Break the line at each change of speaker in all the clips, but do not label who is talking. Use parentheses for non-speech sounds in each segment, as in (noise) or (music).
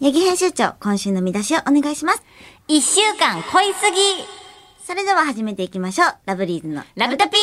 八木編集長、今週の見出しをお願いします。
一週間恋すぎ
それでは始めていきましょう。ラブリーズの
ラブタピ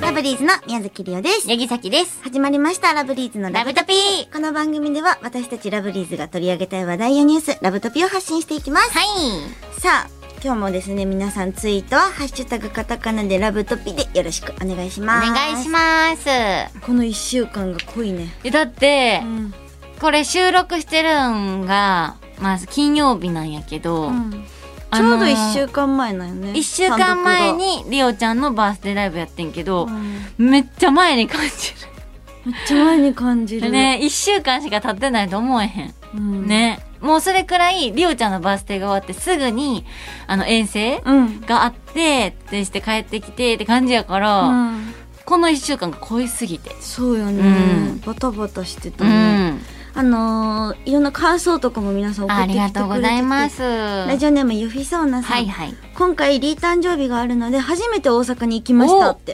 ラブリーズの宮崎りおです。
ヤギサキです。
始まりました、ラブリーズのラ
ラ
ブ
ブタピ
この番組では私たちラブリーズが取り上げたい話題やニュース、ラブトピを発信していきます。
はい。
さあ、今日もですね、皆さんツイートは、ハッシュタグカタカナでラブトピでよろしくお願いし
お
ます。
願いします。
す。この一週間が濃いね。
えだって、
ん。
これ収録してるんが、まあ金曜日なんやけど、
ちょうど一
一
週間前なんよね。
一週間前にリオちゃんのバースデーライブやってんけど
単独が。う、ん
めっちゃ前に感じ
めっちゃ前に感じ
る。
る。
ね一週間しか経ってないと思えへん。
うん。
ね。もうそれくらい、リオちゃんのバースデーが終わってすぐに、あの、遠征
うん。
があって、でして帰ってきてって感じやから、
うん
この一週間が濃いすぎて。
そうよね、
うん
バタバタしてた
う
ね、
ん。
あのーいろんな感想とかも皆さん送
あ
ってき
り
てくれ
が
てて
とうございます。
ラジオネームゆひそうなさん、
はいはい。
今回リー誕生日があるので初めて大阪に行きましたって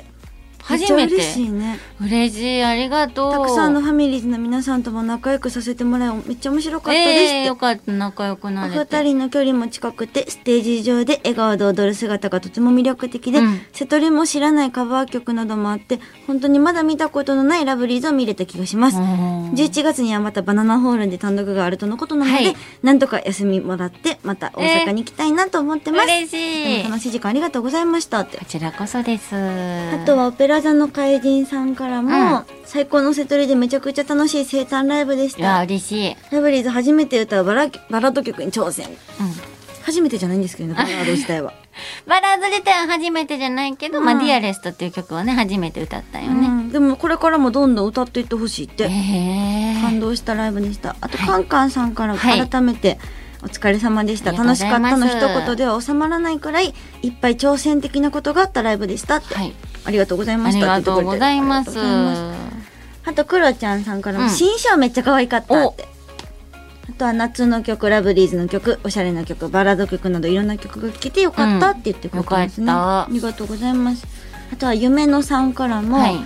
めっち
初
ゃ
め
嬉
て
し。いね
嬉しい、ありがとう。
たくさんのファミリーズの皆さんとも仲良くさせてもらいめっちゃ面白かったですって、
ええよかった、仲良く
お
なれ
二
て。
人の距離も近くて、ステージ上で笑顔で踊る姿がとても魅力的で、
うん
瀬戸りも知らないカバー曲などもあって、本当にまだ見たことのないラブリーズを見れた気がします。
うん
11月にはまたバナナホールで単独があるとのことなので、
はい
なんとか休みもらって、また大阪に行きたいなと思ってます。
嬉
で
しい
も。楽しい時間ありがとうございましたって
こ。ちらこそです。
あ
あ
と、はオペラ座の怪人さんからも、
う
最高の瀬戸りでめちゃくちゃ楽しい生誕ライブでし
いや、
た。
嬉しい。
ラブリーズ初めて歌うバラバラード曲に挑戦。
うん。
初めてじゃないんですけどね、バラード自体
(laughs)
は。
バラード自体は初めてじゃないけど、
うん
まあ、ディアレストっていう曲はね、初めて歌ったよ
う
ね。
んでもこれからもどんどん歌っていってほしいっ
へ
て
え
感動したライブでしたあと、
はい
カンカンさんから
はい
改めて、お疲れ様でした
ありがとう
楽し
ござ
か
い
っ
ます
たの一言では収まらないくらいいっぱい挑戦的なことがあったライブでしたって、
はい。
ありがとうござい
あ
まし
り
たっ
が
て言
と
って
う
くれ
ご
て
ざいます。
ありがとうございまあとクロちゃんさんからも、
うん
新章めっちゃ可愛かったってあとは夏の曲ラブリーズの曲おしゃれな曲バラード曲などいろんな曲が聴けてよかったって言ってくれてますね、
うんよかった
ありがとうございますあとは夢のさんからも、
はい。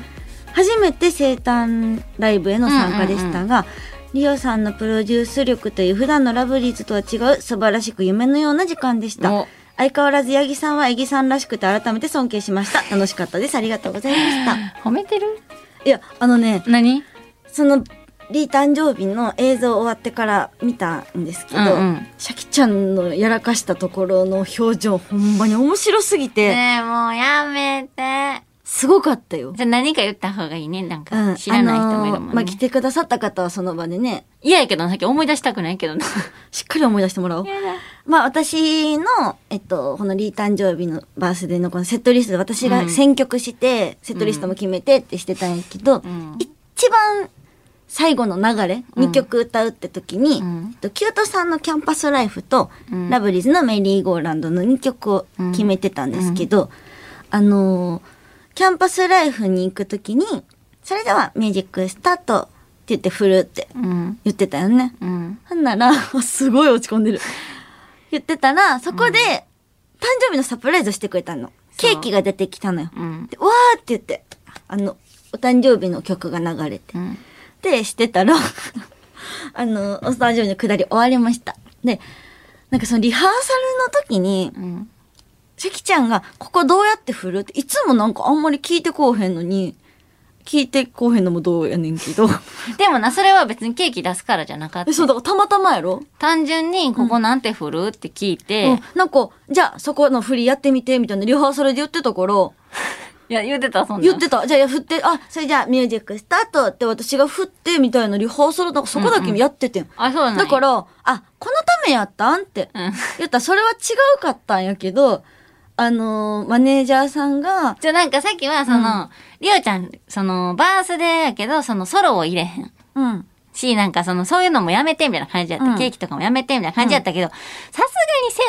初めて生誕ライブへの参加でしたが、リオさんのプロデュース力という普段のラブリーズとは違う素晴らしく夢のような時間でした
お
相変わらず八木さんは八木さんらしくて改めて尊敬しました楽しかったですありがとうございました
褒めてる
いやあのね
何
そのリー誕生日の映像終わってから見たんですけど、
うんうん
シャキちゃんのやらかしたところの表情ほんまに面白すぎて、
ねえ、もうやめて。
すごかったよ
じゃあ何か言った方がいいね。なん
う
か
ん
知らない人も
あ
いるも
のー
ん
まあ、
ね。
来てくださった方はその場でね
嫌やけどな、さっき思い出したくないけどな。
しっかり思い出してもらおう。まあ私の、えっと、このリー誕生日のバースデーのこのセットリストで私
う
が
ん
選曲して、セットリストも決めてってしてたんやけど、
うん
一番最後の流れ、
うん
2曲歌うって時に、
うん
えっと、キュートさんのキャンパスライフと、
うん
ラブリーズのメリーゴーランドの2曲を決めてたんですけど、あのーキャンパスライフに行く時に、それではミュージックスタートって言って振るって
うん。
言ってたよね。
うん。
ほんなら、 (laughs) すごい落ち込んでる。 (laughs) 言ってたら、そこで、誕生日のサプライズをしてくれたの。
そう
ケーキが出てきたのよ。
うん。
で、わーって言って、あの、お誕生日の曲が流れて。
うん。
で、してたら、 (laughs) あの、お誕生日のくだり終わりました。で、なんかそのリハーサルの時に、
うん。
関ちゃんが、ここどうやって振るって、いつもなんかあんまり聞いてこうへんのに、聞いてこうへんのもどうやねんけ (laughs) ど。
でもな、それは別にケーキ出すからじゃなかっ
え、
た。
そう、だからたまたまやろ
単純に、ここなんて振るって聞いて、
うん、なんか、じゃあそこの振りやってみて、みたいなリハーサルで言ってたから、
いや、言ってた、そんなん。
言ってた。じゃあ振って、あ、それじゃあミュージックスタートって私が振って、みたいなリハーサル、なんかそこだけやっててん。
あ、そうなんや
だか、ら、あ、このためやったんって。
うん。
言ったら、それは違うかったんやけど、あのーマネージャーさんが、
じゃあなんかさっきは、その、りおちゃん、その、バースデーやけど、その、ソロを入れへん。
うん。
し、なんかその、そういうのもやめてみたいな感じやった。
うん
ケーキとかもやめてみたいな感じやったけど、さすが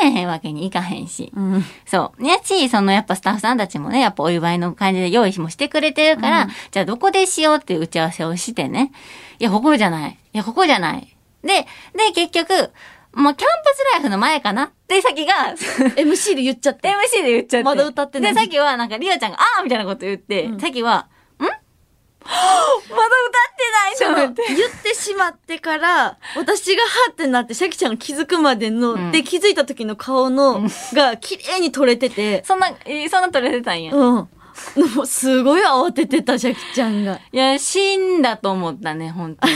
にせえへんわけにいかへんし。
うん。
そう。ねし、そのやっぱスタッフさんたちもね、やっぱお祝いの感じで用意もしてくれてるから、じゃあどこでしようっていう打ち合わせをしてね。いや、ここじゃない。いや、ここじゃない。で、で、結局、もうキャンパスライフの前かなって先 (laughs) が、
MC で言っちゃって。
MC で言っちゃって。
まだ歌ってない
で、さっきはなんか、リオちゃんが、あーみたいなこと言って、さっきは、ん (laughs) まだ歌ってないと思って。
言ってしまってから、私がハってなって、シャキちゃんが気づくまでの、
うん
で、気づいた時の顔の、が、綺麗に撮れてて、
そんな、えーそんな撮れてたんや。
うん。もうすごい慌ててた、シャキちゃんが。
いや、死んだと思ったね、本当 (laughs) に。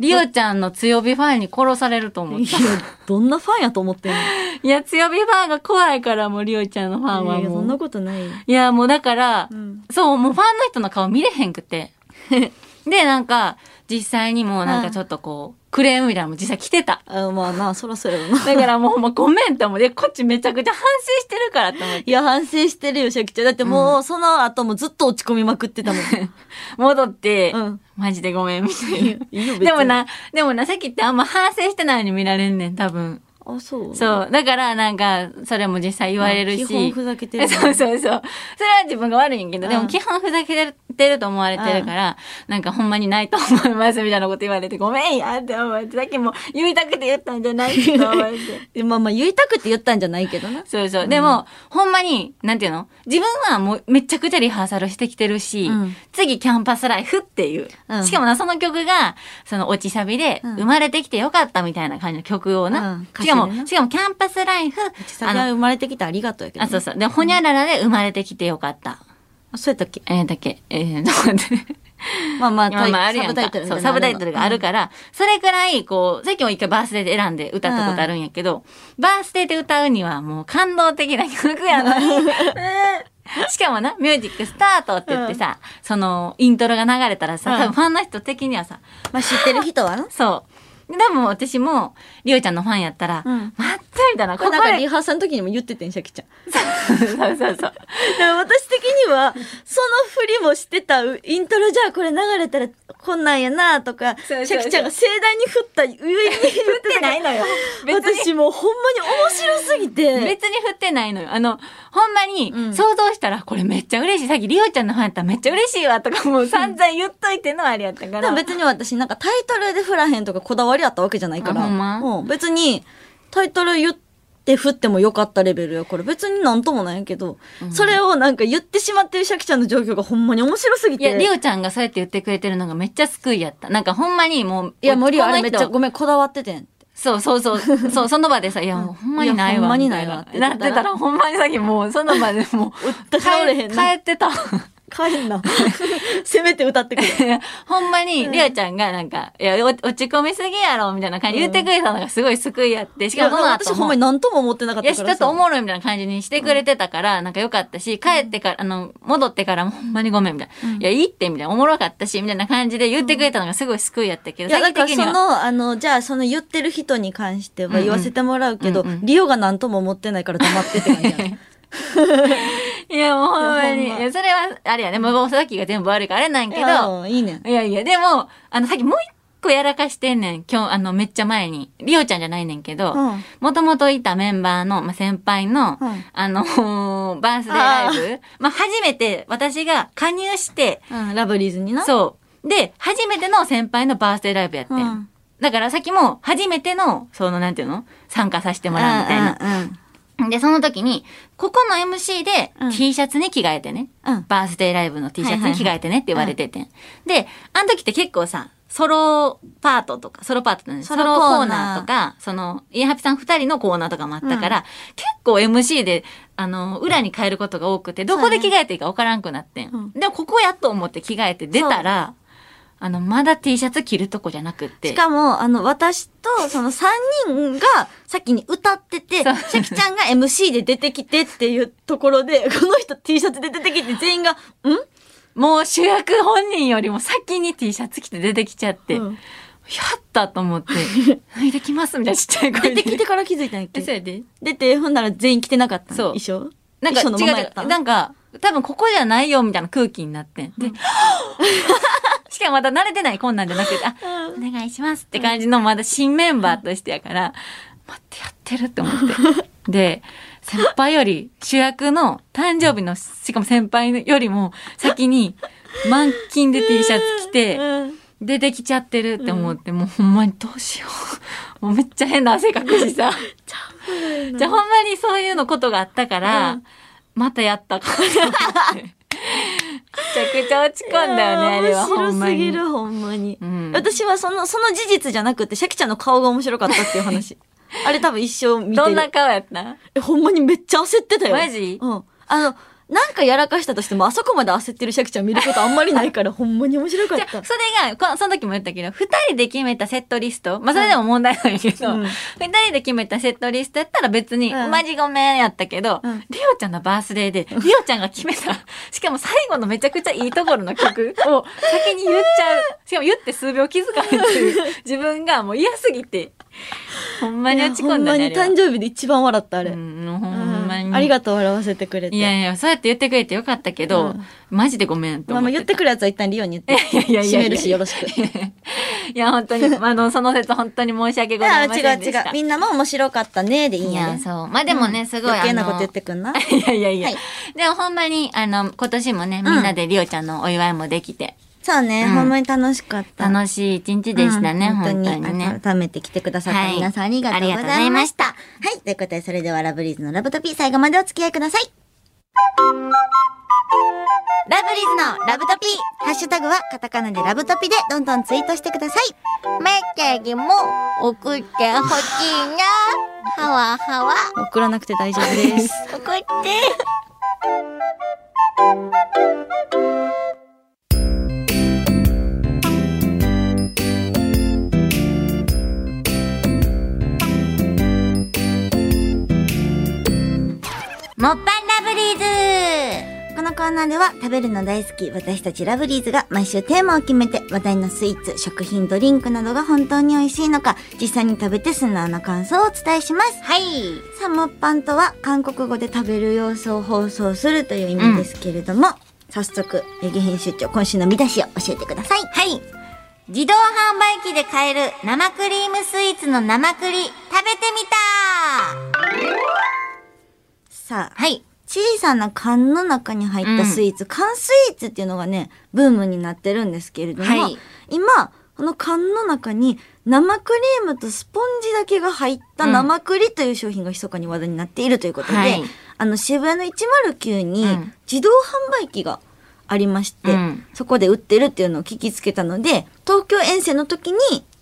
リオちゃんの強火ファンに殺されると思っ
い
た
や。、どんなファンやと思ってんの
いや、強火ファンが怖いから、もうリオちゃんのファンはい
やそ
も
んな
う。
ことない。
いや、もうだから、
ん
そう、もうファンの人の顔見れへんく (laughs) て。で、なんか、実際にもうなんかちょっとこう、クレームみたいなのも実際来てた。
あまあな、そらそうやろな。
だからもうほんまごめんって思って、こっちめちゃくちゃ反省してるからって思って。
(laughs) いや、反省してるよ、シャキちゃん。だってもう、その後もずっと落ち込みまくって (laughs) たもん。
戻って、
うん
マジでごめんみたいな。
いいよ、別に
でも。な、でもな、さっきってあんま反省してないように見られんねん、多分。
あ、そう。
そう。だから、なんか、それも実際言われるし。
まあ基本ふざけてるもん (laughs)
(laughs) そうそうそう。それは自分が悪いんやけど、で
う
も
ん
基本ふざけてると思われてるから、なんかほんまにないと思いますみたいなこと言われて、ごめんやって思って、さっきも言いたくて言ったんじゃないって思って。
えまあまあ、言いたくて言ったんじゃないけどな。
そうそう。でも、ほんまに、なんていうの自分はもうめちゃくちゃリハーサルしてきてるし、
うん
次キャンパスライフっていう。
うん
しかもな、その曲が、その落ちサビで、
うん
生まれてきてよかったみたいな感じの曲を
う
な。
ん歌
し
詞で
か
な
も、しかもキャンパスライフ、
サビは
の、
生まれてきてありがとうやけど、
あ、そう
う。
そう。で、ほにゃららで生まれてきてよかった。
あそうやったっけ
えー、だっけ、えー、ちょっと待って。
まあまあ、
まあまああるやん
サブタ
か
イトルみ
そ
た
う
いな
サブタイトルがあるから、それくらい、こう、さっきも一回バースデーで選んで歌ったことあるんやけど、バースデーで歌うにはもう感動的な曲や
(laughs)
のに。しかもな、ミュージックスタートって言ってさ、その、イントロが流れたらさ、
うん
多分ファンの人的にはさ、
まあ知ってる人は (laughs) な。
そう。ででも私も、りおちゃんのファンやったら、
うん
まったみたいな、
これ
で
なんか (laughs) リハーサルの時にも言っててん、シャキちゃん。
そうそうそう。
だから (laughs) 私的には、その振りもしてた、うイントロじゃあこれ流れたらこんなんやなとか、
そうそうそう
シャキちゃんが盛大に振った上に振ってないの (laughs) よ。
別に
私もうほんまに面白すぎて。
別に振ってないのよ。あの、ほんまに
う、ん
想像したら、これめっちゃ嬉しい。さっきリオちゃんのファンやったらめっちゃ嬉しいわとかもう散々言っといてのあれやったか
で
ら。
も別に私なんかタイトルで振らへんとかこだわりあったわけじゃないから。
あほんま
うん別にタイトル言って振ってもよかったレベルやから別になんともないんやけど、それをなんか言ってしまってるシャキちゃんの状況がほんまに面白すぎ
い
て。
や、リ
い
オちゃんがそうやって言ってくれてるのがめっちゃ救いやった。なんかほんまにもう、
や、森はあ
この
れ
人
めっちゃごめん、こだわってて (laughs) ん。
そうそうそう、
(laughs)
そう、その場でさ、いや、ほんまにない
いやほ
わ。
んまに
みた
ないわって言
な
っ
って
たら
てたら、ほんまにさっきもう、その場で
(laughs)
もう、
訴えられへんな (laughs)
帰ってた。
帰んな。 (laughs) せめて歌っ
(laughs)
てくれ。
いやほんまに、りおちゃんがなんか、いや、お落ち込みすぎやろ、みたいな感じで言ってくれたのがすごい救いやって、し
い
か
や、
もその後
私
も
ほんまに何とも思ってなかっ
いや、
た
ち
か
ょっ
ら
とお
さ。
もろいみたいな感じにしてくれてたから、なんかよかったし、帰ってから、あの、戻ってからもほんまにごめんみたいな。いや、いいってみたいな、おもろかったし、みたいな感じで言ってくれたのがすごい救いやったけど、
いや、だ
最
から
終的
そ
には。
の、あの、じゃあその言ってる人に関して
うんう
は
ん
言わせてもらうけど、
うんうん
リオが何とも思ってないから黙ってって感じや
いや、もうほんまに。
い
い
やほんま
や、それは、あれやね、もうさっきが全部悪いからあれなん (laughs) やけ
いや
ど、
うんいいねん。
いやいや、でも、あの、さっきもう一個やらかしてんねん。今日、あの、めっちゃ前に。りおちゃんじゃないねんけど、
うん
もともといたメンバーの、まあ、先輩の、
うん
あのバースデー (laughs) ライブ。まあ、初めて私が加入して、
うん、ラブリーズにな。
そう。で、初めての先輩のバースデーライブやってん。
うん
だからさっきも初めての、そのなんていうの参加させてもらうみたいな。
うんうん
で、その時に、ここの MC で
うん
T シャツに着替えてね。
うん
バースデーライブの T シャツに着替えてねって言われててん。で、あの時って結構さ、ソロパートとか、ソロパートって何
ソ
ソ
ロ
ロ
コーナー
コーナーとか、その、インハピさん二人のコーナーとかもあったから、結構 MC で、あの、裏に変えることが多くて、どこで着替えていいか分からんくなってん。
うん
でも、ここやと思って着替えて出たら、あの、まだ T シャツ着るとこじゃなくって。
しかも、あの、私と、その3人が先に歌ってて、シ
そう
ャキちゃんが MC で出てきてっていうところで、この人 T シャツで出てきて全員が、ん
もう主役本人よりも先に T シャツ着て出てきちゃって、
うん
やったと
(laughs)
思って、脱いできますみたいなちっちゃい
出
声で。
てきてから気づいたんやっ
えそう
け
やで。
出て、ほんなら全員着てなかったの
そう
衣装
なんか違う
衣装のまま
違
やった
う。なんか、多分ここじゃないよみたいな空気になってん。で、 (laughs) しかもまた慣れてないこんなんじゃなくて、あ、お願いしますって感じのまだ新メンバーとしてやから、待ってやってるって思って。
(laughs)
で、先輩より主役の誕生日の、しかも先輩よりも先に満勤で T シャツ着て、
うん
出てきちゃってるって思って、もうほんまにどうしよう。もうめっちゃ変な汗かくしさ。じゃあほんまにそういうのことがあったから、またやったかなって。めちゃくちゃ落ち込んだよね、あれは。ほん
面白
ますに
ぎ。る、ほんまに。
うん
私はその、その事実じゃなくて、シャキちゃんの顔が面白かったっていう
(laughs)
話。あれ多分一生見てる。
どんな顔やった
え、ほんまにめっちゃ焦ってたよ。
マジ
うん。あの、なんかやらかしたとしても、あそこまで焦ってるシャキちゃん見ることあんまりない
(laughs)
から、ほんまに面白かっ
じゃ
た
あ。それがこ、その時も言ったけど、二人で決めたセットリスト。まあ、それでも問題ないけど、
う
二、
ん
人で決めたセットリストやったら別に、
うん
マジごめんやったけど、
うん
リオちゃんのバースデーで、リオちゃんが決めた、しかも最後のめちゃくちゃいいところの曲を先に言っちゃう。しかも言って数秒気づかないって
(laughs)
いう、自分がもう嫌すぎて、ほんまに落ち込んだ
い
ね。
やほんまに誕生日で一番笑った、あれ。
あれはうん、ほ
うん
まに。
ありがとう、笑わせてくれて。
いやいや、そうやって言ってくれてよかったけど、
うん
マジでごめんと
まあま
思っ
あ
て
言ってくるやつは一旦リオに (laughs) 言って。
(laughs) いやいやいやいや
締めるし、よろしく。 (laughs) い
いや、本当に、
(laughs)
あの、その説本当に申し訳ござ
や、
いませ
違
ん
う
で
違
し
う (laughs)
た。。
みんなも面白かったね、でいいん
い
や
や、
で。
そう。まあでもね、すごい、
余計な
あの
こと言ってくんな。
(laughs) いやいやいや。
はい
でもほんまに、あの、今年もね、みんなでリオちゃんのお祝いもできて、
(laughs) そうね、
うん
ほんまに楽しかった。
楽しい一日でしたね、
うん
本当にね。
改めて来てくださっ
は
た
い
皆さんありがとうご
ありがとうご
ざ
ざい
い
ま
ま
し
した。はい。ということで、それではラブリーズのラブとピー最後までお付き合いください。ラブリーズのラブトピー。ハッシュタグはカタカナでラブトピでどんどんツイートしてください。
メッセージも送ってほしいな。はわはわ。
(laughs) 送らなくて大丈夫です。
(laughs)
送って。
もっぱんラブリーズ
このコーナーでは食べるの大好き私たちラブリーズが毎週テーマを決めて話題のスイーツ、食品、ドリンクなどが本当に美味しいのか実際に食べて素直な感想をお伝えします。
はい。
サモッパンとは韓国語で食べる様子を放送するという意味ですけれども、早速、八木編集長、今週の見出しを教えてください。
はい。自動販売機で買える生クリームスイーツの生クリ、食べてみた
さあ、
はい。
小さな缶の中に入ったスイーツ、缶スイーツっていうのがね、ブームになってるんですけれども、
はい
今、この缶の中に生クリームとスポンジだけが入った
うん
生クリという商品が密かに話題になっているということで、
はい
あの渋谷の109に
うん
自動販売機がありまして、
うん
そこで売ってるっていうのを聞きつけたので、東京遠征の時に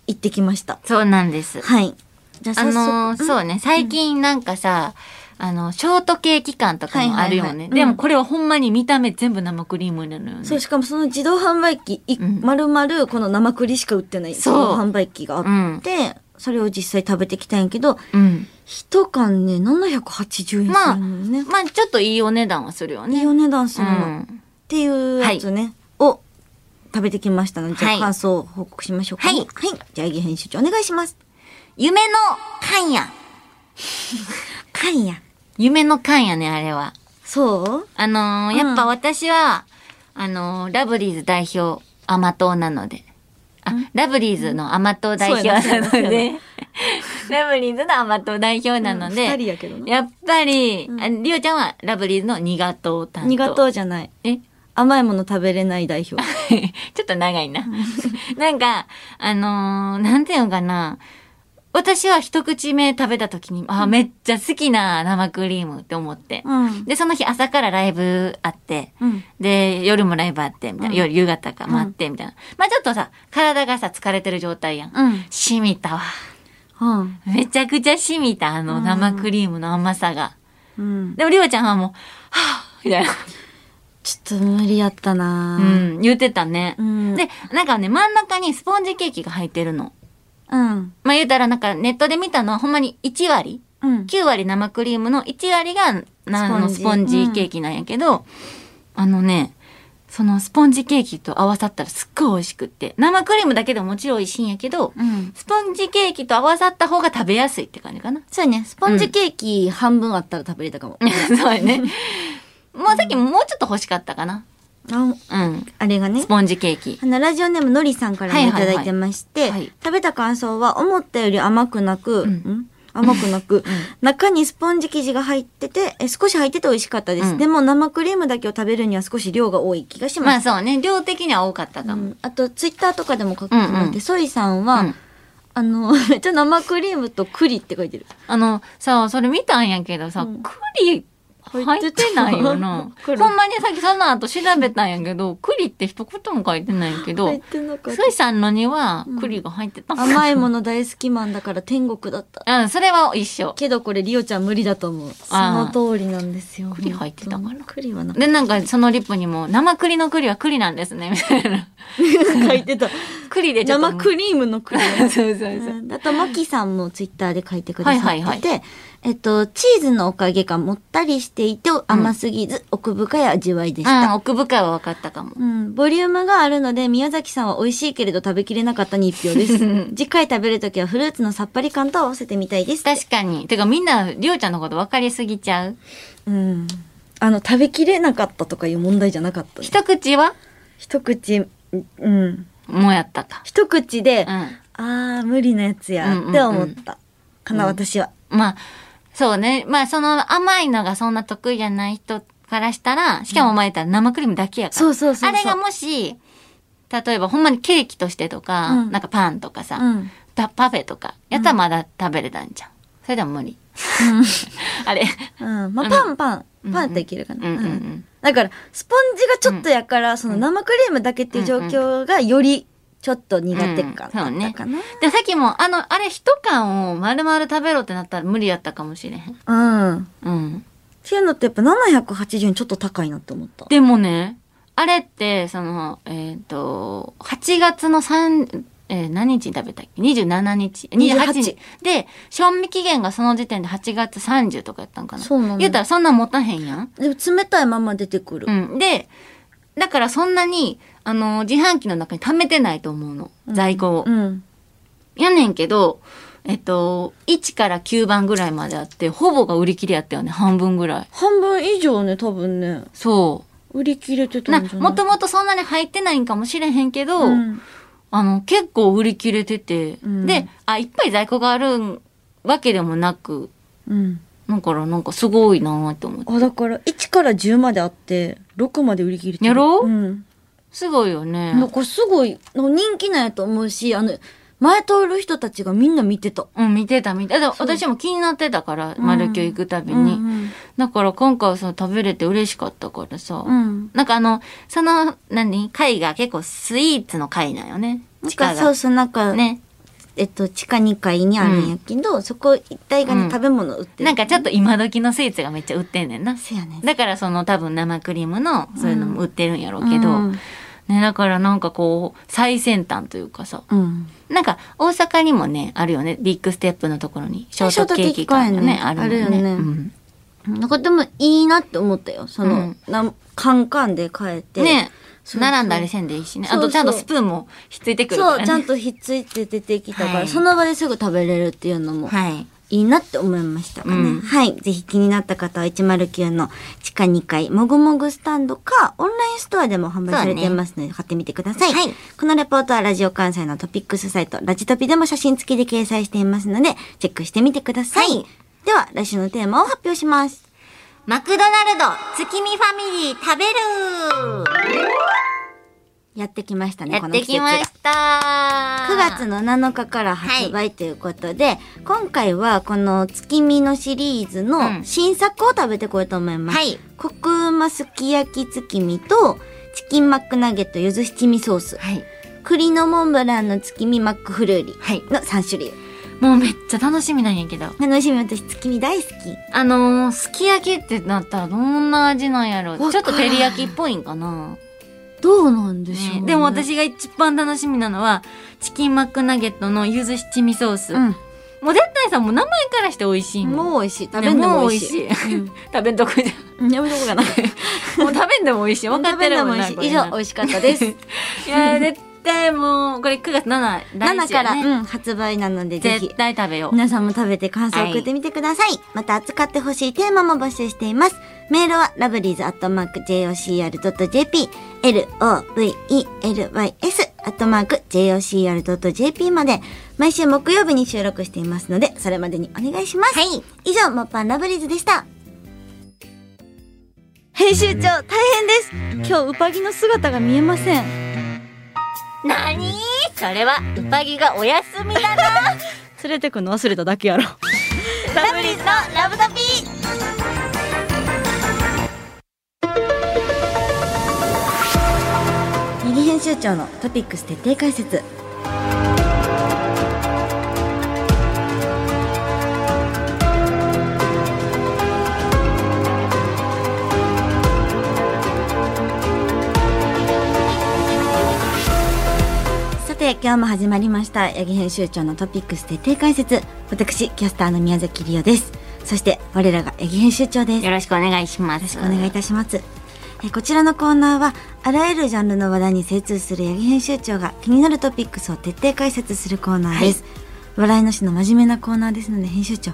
行ってきました。
そうなんです。
はい。じゃあ早
あ
速、
のー
うん
そうね、最近なんかさ、あの、ショートケーキ感とかもあるよね。
はいはいはい
で
う
も
ん
これはほんまに見た目全部生クリームなのよね。
そう、しかもその自動販売機、い
うん
丸々この生栗しか売ってない自
そう
動販売機があって、それを実際食べてきたんやけど、
うん。
一缶ね、780円するのね。
まあちょっといいお値段はするよ
い
ね。
いお値段す
う
るの。っ
ん。
ていうやつね、を食べてきましたので、じゃ
は
あ
い
感想を報告しましょうか、ね。
はい
はい。じゃあ、エギ編集長お願いします。
夢の缶や。
缶や。
夢の缶やね、あれは。
そう
あのーやっ
う
ぱ
ん
私は、あのーラブリーズ代表、甘党なので。あ、ラブリーズの甘党代表な
そうやな
の
そうやなそう
で。 (laughs) ラブリーズの甘党代表なの
うん二
で。
人やけどな。
やっぱり、
ん
ありおちゃんはラブリーズの苦党担当。
苦党じゃない。
え (laughs)
甘いもの食べれない代表。
ちょっと長
(laughs)
いな。なんか、あのーなんていうのかな。私は一口目食べた時に、あ、めっちゃ好きな生クリームって思って。
うん。
で、その日朝からライブあって、
うん。
で、夜もライブあって、みたいな。
うん
夜、夕方か、待って、みたいな。まあちょっとさ、体がさ、疲れてる状態やん。
うん。
しみたわ。
うん。
めちゃくちゃしみた、あの、
うん
生クリームの甘さが。
うん。
でも、りおちゃんはもう、はぁ、みたいな。
ちょっと無理やったな
う、ん、言ってたね。
うん
で、なんかね、真ん中にスポンジケーキが入ってるの。
うん。
まあ言うたら、なんかネットで見たのは、ほんまに1割
うん。
9割生クリームの1割がなあの
ス
スポ
ポ
ン
ンジ
ジケーキなんやけど、あのねそのスポンジケーキと合わさったらすっごい美味しくって生クリームだけでももちろん美味しいんやけど
うん。
スポンジケーキと合わさった方が食べやすいって感じかな (laughs)
そうやね。スポンジケーキ半分あったら食べれたかも。
そうやねもうさっきもうちょっと欲しかったかな
あ
うん
あれがね
ス。ポンジケーキ
あの、ラジオネームのりさんからも
はい
い
はいはい
ただいてまして、
はい
食べた感想は思ったより甘くなく、
うん
ん甘くなく、中にスポンジ生地が入ってて、え少し入ってて美味しかったです、
うん
でも生クリームだけを食べるには少し量が多い気がし
ま
ま
あ
す。
そうね量的には多かったか
う
も、
んあと、ツイッターとかでも書き込まれて、
うんうん
ソイさんは、
うん
あの、 (laughs) めっちゃ生クリームと栗って書いてる。
あの、さ、それ見たんやけどさ、
ん
栗入ってないよな。
入ってた
ほんまにさっきその後調べたんやけど、栗って一言も書いてないけ
入
ど
っ、てなかっ
ス
た
イさんのには栗が入ってた。
甘いもの大好きマンだから天国だった。
うん、それは一緒。
けどこれリオちゃん無理だと思う。その
あー
通りなんですよ。
栗入ってたかな
本当に栗
(laughs)
はなんか
で、なんかそのリップにも、生栗の栗は栗なんですね、み (laughs) たいな。
書いてた。
栗 (laughs) でちょっと。
生クリームの栗。
(laughs) そうそうそう。
あと、マキさんもツイッターで書いてくださってて、
はいはいはい
えっと、チーズのおかげかもったりしていて甘すぎず、奥深い味わいでし
うん、
た。
奥深いは分かったかも。
うん、ボリュームがあるので、宮崎さんは美味しいけれど食べきれなかったに一票
(laughs)
です。次回食べるときはフルーツのさっぱり感と合わせてみたいです。
確かに。てかみんな、りょうちゃんのこと分かりすぎちゃう。
うん。あの、食べきれなかったとかいう問題じゃなかったね、
一口は
一口、うん。
もうやったか。
一口で、
うん。
あー、無理なやつや、
うんうんうん
って思った。かな、私は。
まあ、そうね。まあ、その甘いのがそんな得意じゃない人からしたら、しかもお前言ったら生クリームだけやから。
そうそうそうそう
あれがもし、例えばほんまにケーキとしてとか、
うん
なんかパンとかさ、
うん
たパフェとか、やったらまだ食べれたんじゃん。それでも無理。 (laughs) あれ。
うん。まあ、パンパン。パンっていけるかな。
うんうんう
うん
ん。
だから、スポンジがちょっとやから、その生クリームだけっていう状況がよりちょっと苦手感
うん
だ
そう
っ
ね
たかな。
で、さっきも、あの、あれ一缶を丸々食べろってなったら無理やったかもしれへん。
うん。っ
うん。
ていうのってやっぱ780円ちょっと高いなって思った。
でもね、あれって、その、えっ、と、8月の3、えー何日に食べたっけ ?27 日。28日。で、賞味期限がその時点で8月30とかやったんかな。
そうなの
言ったらそんなん持たへんやん。
でも冷たいまま出てくる。
うん。で、だからそんなに、あの、自販機の中に溜めてないと思うの。在庫を。
うん。
やねんけど、えっと、1から9番ぐらいまであって、ほぼが売り切れやったよね。半分ぐらい。
半分以上ね、多分ね、
そう。
売り切れてた
なん
じゃない
もともとそんなに入ってないんかもしれへんけど、
うん
あの結構売り切れてて、
ん
であいっぱい在庫があるわけでもなく
うん。
だからなんかすごいなと思って
あ、だから1から10まであって、6まで売り切れてる。
やろ
うん。
すごいよね
なんかすごい、人気なんやと思うし、あの、前通る人たちがみんな見てた。
うん見てた見てた私も気になってたから丸京行くたびに、
うん
だから今回はさ食べれて嬉しかったからさ、
うん。
なんかあのその何会が結構スイーツの会なんよね
なん
地下
かそう
が
そう、なんか、
ね
えっと、地下2階にあるんやけど、そこ一帯がね、
うん
食べ物売ってる。
なんかちょっと今時のスイーツがめっちゃ売ってんねんな
せやねん。
だからその多分生クリームのそういうのも売ってるんやろうけど、
うん
ね、だからなんかこう最先端というかさ
うん。
なんか大阪にもねあるよねビッグステップのところにショートケーキ館がね
ショート
あ
ケーキ
る
館
よ
ねあ
ね
るよね
うん
なんかでもいいなって思ったよ。その、
うん
なんカンカンで買えて。
ね
そう
並んだりせんでいいしね
そうそう
あとちゃんとスプーンもひっついてくる
そ
から、ね、
う、ちゃんとひっついて出てきたから、
はい
その場ですぐ食べれるっていうのも
はい
いいなって思いましたかね。
うん
はい。ぜひ気になった方は109の地下2階、もぐもぐスタンドか、オンラインストアでも販売されていますので、買ってみてください。
はい
このレポートはラジオ関西のトピックスサイト、ラジトピでも写真付きで掲載していますので、チェックしてみてください。
はい
では、来週のテーマを発表します。
マクドナルド、月見ファミリー食べる
やってきましたね、
や
こ
っ
の
て
季
き
節が
ました
9月の7日から発売ということで、今回はこの月見のシリーズの新作を食べてこようと思います。
はい。
コクうますき焼き月見と、チキンマックナゲットゆず七味ソース、
はい
栗のモンブランの月見マックフルーリ
はい
の3種類。
もうめっちゃ楽しみなんやけど
楽しみ、私月見大好き。
あのー、すき焼きってなったらどんな味なんやろ
からん
ちょっと照り焼きっぽいんかな
どうなんでしょう、
ねでも、私が一番楽しみなのはチキンマックナゲットのゆず七味ソース、
う
もう絶対さもう名前からして美味しい
ん。
もん
もう美味しい。食べんでも美味しい。
ねもう美味しい (laughs) 食べんとこじゃ
うんやめとこうか (laughs) な。食
んもう食べんでも美味しい分かって
べん
る
で
も
も
ん
美
な
味し
こ
い。
れ
以
な
上、美味しかった (laughs)
(laughs)
です。
いや絶対もうこれ9月7
7
来
か
週や
ら、
ね
うん、発売なので、ぜひ
絶。対食べよう
皆さんも食べて感想を送ってみてください。また扱ってほしいテーマも募集しています。メールは lovelies.jocr.jp、lovelys.jocr.jp まで、毎週木曜日に収録していますので、それまでにお願いします。
はい。
以上、もっぱんラブリーズでした。編集長、大変です今日、ウパギの姿が見えません。
何それは、ウパギがお休
休みだな
連れてくの忘れただけやろ。
ラブリーズのラブトピー
右編集長のトピックス徹底解説さて今日も始まりました八木編集長のトピックス徹底解説私キャスターの宮崎りおですそして我らが八木編集長です
(laughs) よろしくお願いしま
よ
す
ろしくお願いいたします。えーこちらのコーナーは、あらゆるジャンルの話題に精通する八木編集長が気になるトピックスを徹底解説するコーナーです。笑いなしの真面目なコーナーですので、編集長、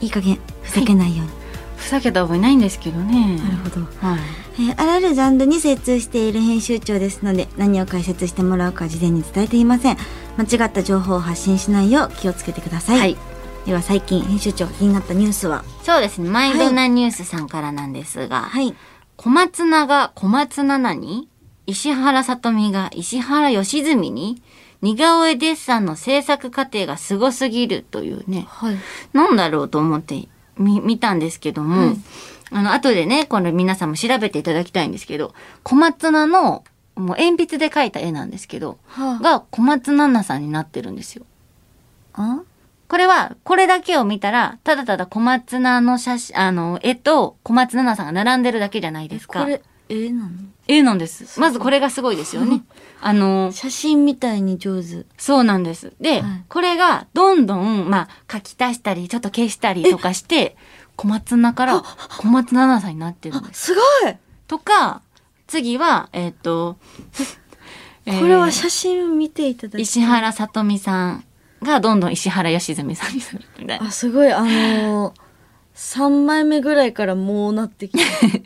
いい加減、ふざけないように。
ふざけた覚えないんですけどね。
(laughs) なるほど。
はい。
えーあらゆるジャンルに精通している編集長ですので、何を解説してもらうかは事前に伝えていません。間違った情報を発信しないよう気をつけてください。
はい
では最近編集長が気になったニュースは
そうですねマイドナニュースさんからなんですが、
はい。
小松菜が小松菜奈に、石原さとみが石原良純に、似顔絵デッサンの制作過程がすごすぎるというね、
はい。
なんだろうと思って見見たんですけども、あの、後でね、この皆さんも調べていただきたいんですけど、小松菜の、もう鉛筆で描いた絵なんですけど、
は
が小松菜奈さんになってるんですよ。
あ、
これは、これだけを見たら、ただただ小松菜の写真、あの、絵と小松菜奈さんが並んでるだけじゃないですか。
これ、えー、なの
絵なんです。まずこれがすごいですよね。あの、
写真みたいに上手。
そうなんです。
は
で、
い
これがどんどん、まあ、書き足したり、ちょっと消したりとかして、小松菜から小松菜奈さんになってるんで
す
す。
ごい
とか、次は、えっ、と、え
(laughs)
ー
これは写真見ていただいて。
石原さとみさんがどんどん石原良純さんになるみたいな。
あ、すごい、あのー、3枚目ぐらいからもうなってきて。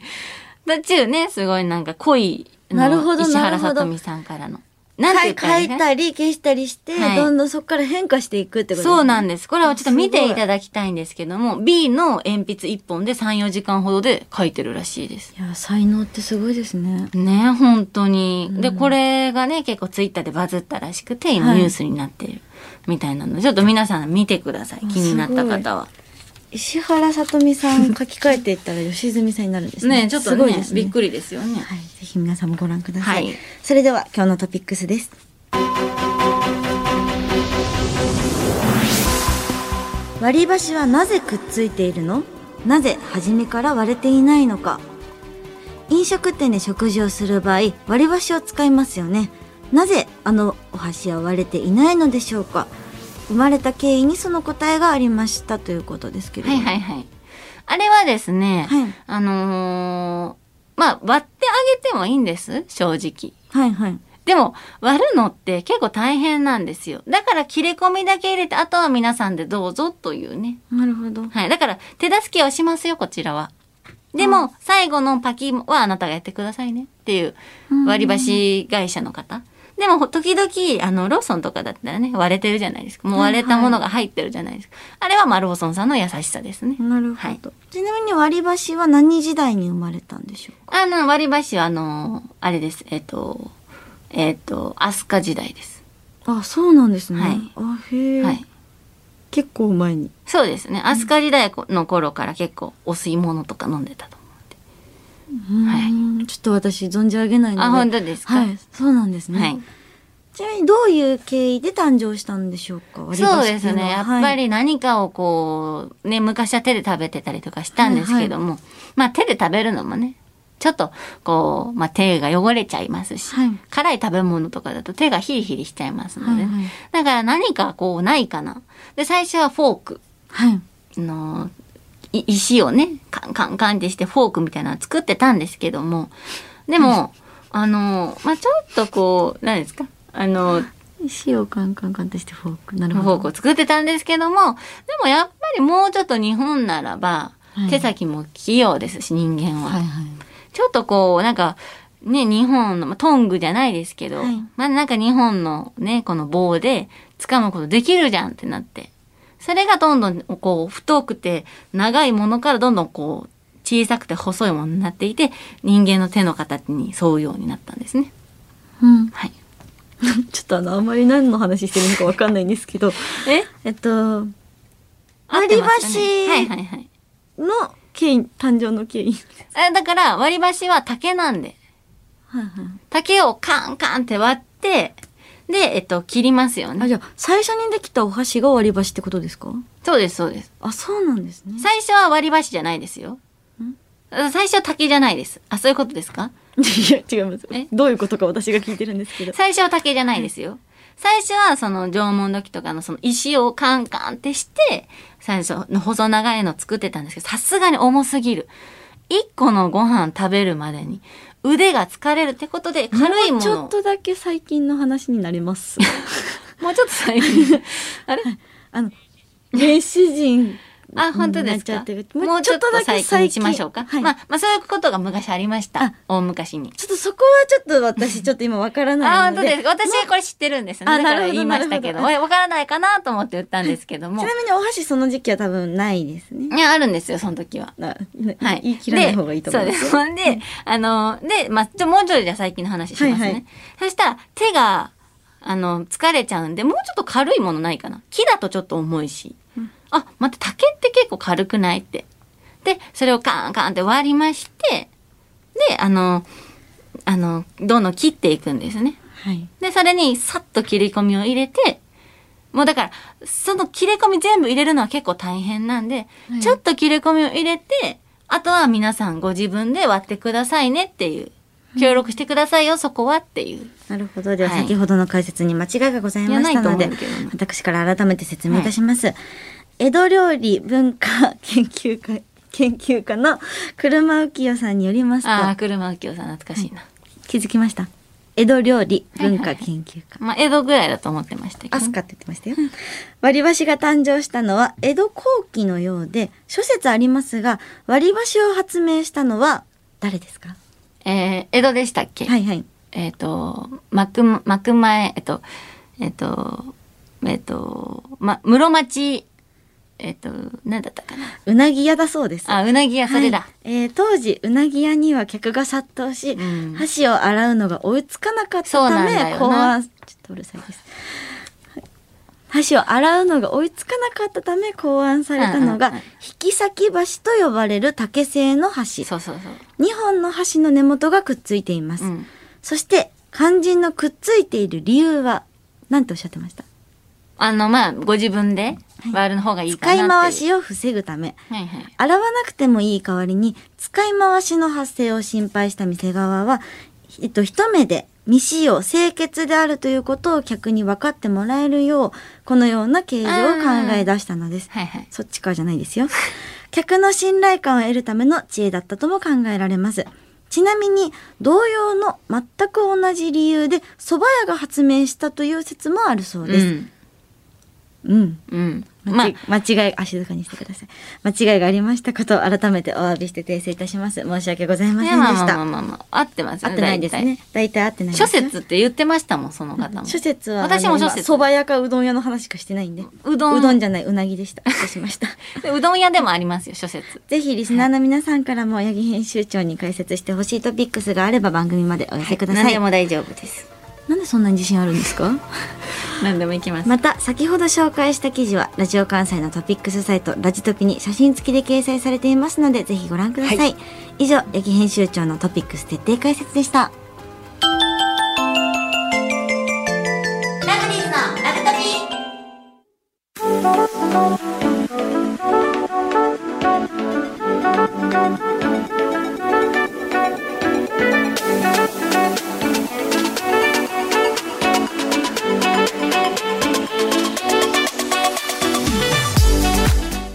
だ中ね、すごいなんか濃いあの
なるほど
石
なる
原
ほど
さとみさんからの。 (laughs) なん
はい、
て言ったら
書
いい
い
かな
たり消したりして、
はい
どんどんそこから変化していくってこと
そうなんんです。これはちょっと見ていただきたいんですけども、B の鉛筆1本で3、4時間ほどで書いてるらしいです。
いや、才能ってすごいですね。
ね本当に。で、これがね、結構ツイッターでバズったらしくて、今
はい
ニュースになってるみたいなので、ちょっと皆さん見てください。気になった方は。
石原さとみさん書き換えていったら吉住さんになるんですね。
ねちょっと
すごい
ね
ですね。
びっくりですよね。
はい、ぜひ皆さんもご覧ください。
はい
それでは今日のトピックスです。割り箸はなぜくっついているのなぜ初めから割れていないのか飲食店で食事をする場合割り箸を使いますよねなぜあのお箸は割れていないのでしょうか生まれた経緯にその答えがありましたということですけれ
は
ど
い
も
はいはい。あれはですね、
はい
あのーまあ、割ってあげてもいいんです、正直。
はいはい
でも、割るのって結構大変なんですよ。だから切れ込みだけ入れて、あとは皆さんでどうぞというね。
なるほど
はい。だから、手助けをしますよ、こちらは。でも、最後のパキはあなたがやってくださいねっていう割り箸会社の方。でも、時々、あの、ローソンとかだったらね、割れてるじゃないですか。もう割れたものが入ってるじゃないですか。あれは、まあ、ローソンさんの優しさですね。
なるほど、
はい
ちなみに割り箸は何時代に生まれたんでしょう
あの、割り箸は、あの、あれです。えっ、と、えっ、と、飛鳥時代です。
かあそうなんですね、
はい
あへえ、
はい。
結構前に
そうですね。飛鳥時代の頃から結構お吸い物とか飲んでたと思って。
はいちょっと私存じ上げないので
あ、本当ですか。
はいそうなんですね、
はい
ちなみにどういう経緯で誕生したんでしょうか割り箸
そう
ってい
です
のは
ね。やっぱり何かをこう、ね、昔は手で食べてたりとかしたんですけども、まあ手で食べるのもね、ちょっとこう、まあ手が汚れちゃいますし、
はい
辛い食べ物とかだと手がヒリヒリしちゃいますのでね、
はいはい
だから何かこうないかな。で、最初はフォーク。
はい、はい
あの、い石をね、カンカンカンってしてフォークみたいなのを作ってたんですけども、でも、あの、まあ、ちょっとこう、何ですかあの、
石をカンカンカンとしてフォークなる
フ
ほ
ォ
ど
ークを作ってたんですけども、でもやっぱりもうちょっと日本ならば、
はい
手先も器用ですし、人間は。
はいはい
ちょっとこう、なんか、ね、日本の、まあトングじゃないですけど、
はい
まあなんか日本のね、この棒で掴むことできるじゃんってなって。それがどんどんこう、太くて長いものからどんどんこう、小さくて細いものになっていて、人間の手の形に沿うようになったんですね。
うん
はい。
ちょっとあの、あんまり何の話してるのかわかんないんですけど、
え
(laughs) えっと、
合ってますかね
割り箸
はいはいはい。
の経緯、誕生の経緯。
え、だから、割り箸は竹なんで。
はいはい。
竹をカンカンって割って、で、えっと、切りますよ
あ、
ね。
じゃあ、最初にできたお箸が割り箸ってことですか
そうです、そうです。
あ、そうなんですね。
最初は割り箸じゃないですよ。最初は竹じゃないです。あ、そういうことですか
(laughs) いや、違います
え。
どういうことか私が聞いてるんですけど。
最初は竹じゃないですよ。最初はその縄文土器とかのその石をカンカンってして、最初の細長いの作ってたんですけど、さすがに重すぎる。一個のご飯食べるまでに腕が疲れるってことで軽いもの。
ちょっとだけ最近の話になり
(laughs)
ます。
もうちょっと最
(laughs)
近。あれ
あの、原始人。
あ、本当です
なっ
か
ちゃって。る
もうちょっと
もうちょっとだけ
最近にしましょうか。
最近はい
まあ、まあそういうことが昔ありまし
あ
た。大昔に。
ちょっとそこはちょっと私ちょっと今わから
あ、
ない
本
の
当
で。
ですか。私これ知ってるんですね。
あ
だか
なるほ
ら
ど
言いましたけど。
なるほ
わわからないかなと思って言ったんですけど
ち
も。
なみにお箸その時期は多分ないですね。
いや、あるんですよ、その時は。
な
は。
ない言い切らない方がいいと思いま
でそうですす。
よ。
ほんで、あの、で、まあ、ちょ、もうちょいじゃあ最近の話しますね。
はいはい
そしたら、手が、あの、疲れちゃうんで、もうちょっと軽いものないかな。木だとちょっと重いし。あ、待って、竹って結構軽くないって。で、それをカンカンって割りまして、で、あの、あの、どんどん切っていくんですね。
はい。
で、それにさっと切り込みを入れて、もうだから、その切れ込み全部入れるのは結構大変なんで、ちょっと切れ込みを入れて、あとは皆さんご自分で割ってくださいねっていう。協力してくださいよ、そこはっていう。
なるほど。では
はい
先ほどの解説に間違いがございまし
い
た
やないと
の
思
で
うけどな、
私から改めて説明いたします。江戸料理文化研究会、 (laughs) 研究家の車浮世さんによりますと、
ああ、車浮世さん懐かしいな。
気づきました。江戸料理文化研究家。
まあ、江戸ぐらいだと思ってましたけど。
アスカって言ってましたよ。割り箸が誕生したのは江戸後期のようで、諸説ありますが、割り箸を発明したのは誰ですか
えー、江戸でしたっけ
はいはい。
えっ、と、幕、幕前、えっと、えっと、えっと、ま、室町、えっと、何だったかな。
うなぎ屋だそうです。
あ、うなぎ屋、それだ。
はいえー当時、うなぎ屋には客が殺到し、
ん
箸を洗うのが追いつかなかった
そうな
た
んだよ
め、
な
考案、ちょっとうるさいです。箸を洗うのが追いつかなかったため考案されたの
うん
が
うんうん、
引き裂き箸と呼ばれる竹製の箸。
そうそうそ
2本の箸の根元がくっついています。
う。うん。
そして、肝心のくっついている理由は、なんておっしゃってました
あの、まあ、ご自分で割る方がいいかなっ
使
てい。
いう回しを防ぐため、
はいはい。
洗わなくてもいい代わりに、使い回しの発生を心配した店側は、えっと、一目で未使用、清潔であるということを客に分かってもらえるよう、このような形状を考え出したのです。
はいはい。
そっちからじゃないですよ。客の信頼感を得るための知恵だったとも考えられます。ちなみに、同様の全く同じ理由で、蕎麦屋が発明したという説もあるそうです。
うん。
うん。
うん。
間
まあ
違、間違い、あ、静かにしてください。間違いがありましたことを改めてお詫びして訂正いたします。申し訳ございま
い
せ
や
んで
ま
し
あまあま
た
あ。まあまあ、合ってます
合
よ
っ
ね。
てないですね。大体合ってな
大
い
体。
です
諸
よ。
説って言ってましたもん、その方も。
諸説は、
私も諸説
あの今蕎麦屋かうどん屋の話しかしてないんで。
うどん
うどんじゃない、うなぎでした。失礼しま
(laughs)
した。
でうどん屋でもありますよ、諸説。
ぜひリスナーの皆さんからも八木編集長に解説してほしいトピックスがあれば番組までお寄せください、
何でも大丈夫です。
なんでそんなに自信あるんですか
何でもいきます。
また先ほど紹介した記事はラジオ関西のトピックスサイトラジトピに写真付きで掲載されていますのでぜひご覧ください、以上八木編集長のトピックス徹底解説でした
ラグビーズのラグトピ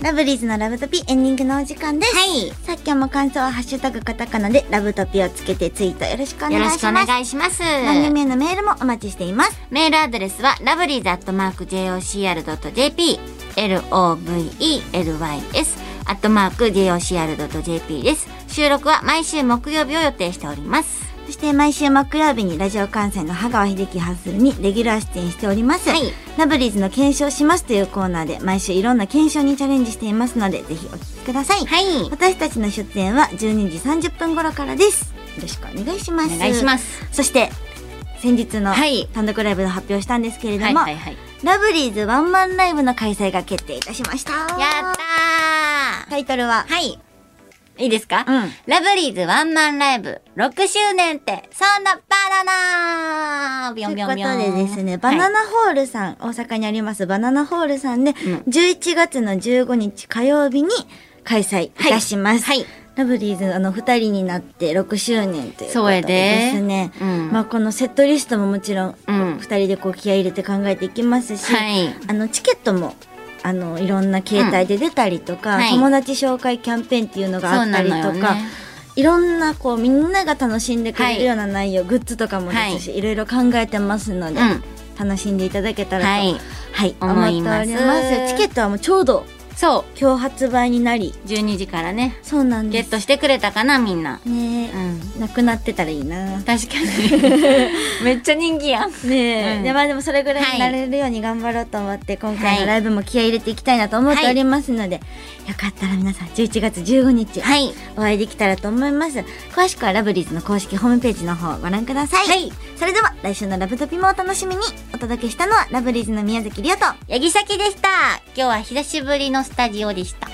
ラブリーズのラブトピエンディングのお時間です、
はい。
さっきも感想はハッシュタグカタカナでラブトピをつけてツイートよろしくお願い
よ
し
ろ
ます
しくお願いします。
番組へのメールもお待ちしています
メールアドレスは、ラブリーズアットマーク JOCR.jp、L-O-V-E-L-Y-S、アットマーク JOCR.jp です。収録は毎週木曜日を予定しております。
そして毎週木曜日にラジオ関西の羽川秀樹ハッスルにレギュラー出演しております、
はい
ラブリーズの検証しますというコーナーで毎週いろんな検証にチャレンジしていますのでぜひお聞きください、
はい。
私たちの出演は12時30分頃からですよろしくお願いします
お願いします
そして先日の
はい
単独ライブで発表したんですけれども、
はいはいはい。
ラブリーズワンマンライブの開催が決定いたしました。
やった
タイトルは、
ーはい。いいですか
うん。
ラブリーズワンマンライブ6周年って、そんなバナナビ
と
ョン
い
ビ
う
ョ
こ
ンビョン。
とでですね、バナナホールさん、大阪にありますバナナホールさんで、11月の15日火曜日に開催いたします。
はいはい
ラブリーズのあの二人になって6周年というこ
そ
と
う
で
やで
ですね。
うん
まあこのセットリストももちろん、
うん
二人でこう気合い入れて考えていきますし、
はい
あのチケットもあのいろんな携帯で出たりとか、
うんはい
友達紹介キャンペーンっていうのがあったりと
そうなの
か、
よね
いろんなこうみんなが楽しんでくれるような内容、グッズとかもですし、い、ろいろ考えてますので、
うん
楽しんでいただけたらと、は
はいい
思っております
思います
チケットはもうちょうど
そ
今日発売になり
う、12時からね、
そうなんで
ゲッ
す
トしてくれたかな、みんな。
ね
う
え、
ん。
なくなってたらいいな
確かに。 (laughs) めっちゃ人気やん。
(laughs) ねえ、
うん
でまあでもそれぐらい
は
に
い
なれるように頑張ろうと思って、今回
は
の
い
ライブも気合い入れていきたいなと思っておりますので、よかったら皆さん11月15日、
はい。
お会いできたらと思います詳しくはラブリーズの公式ホームページの方をご覧ください、
はい
それでは来週のラブトピもお楽しみにお届けしたのはラブリーズの宮崎りおと
八木咲でした。今日は久しぶりのスタジオでした。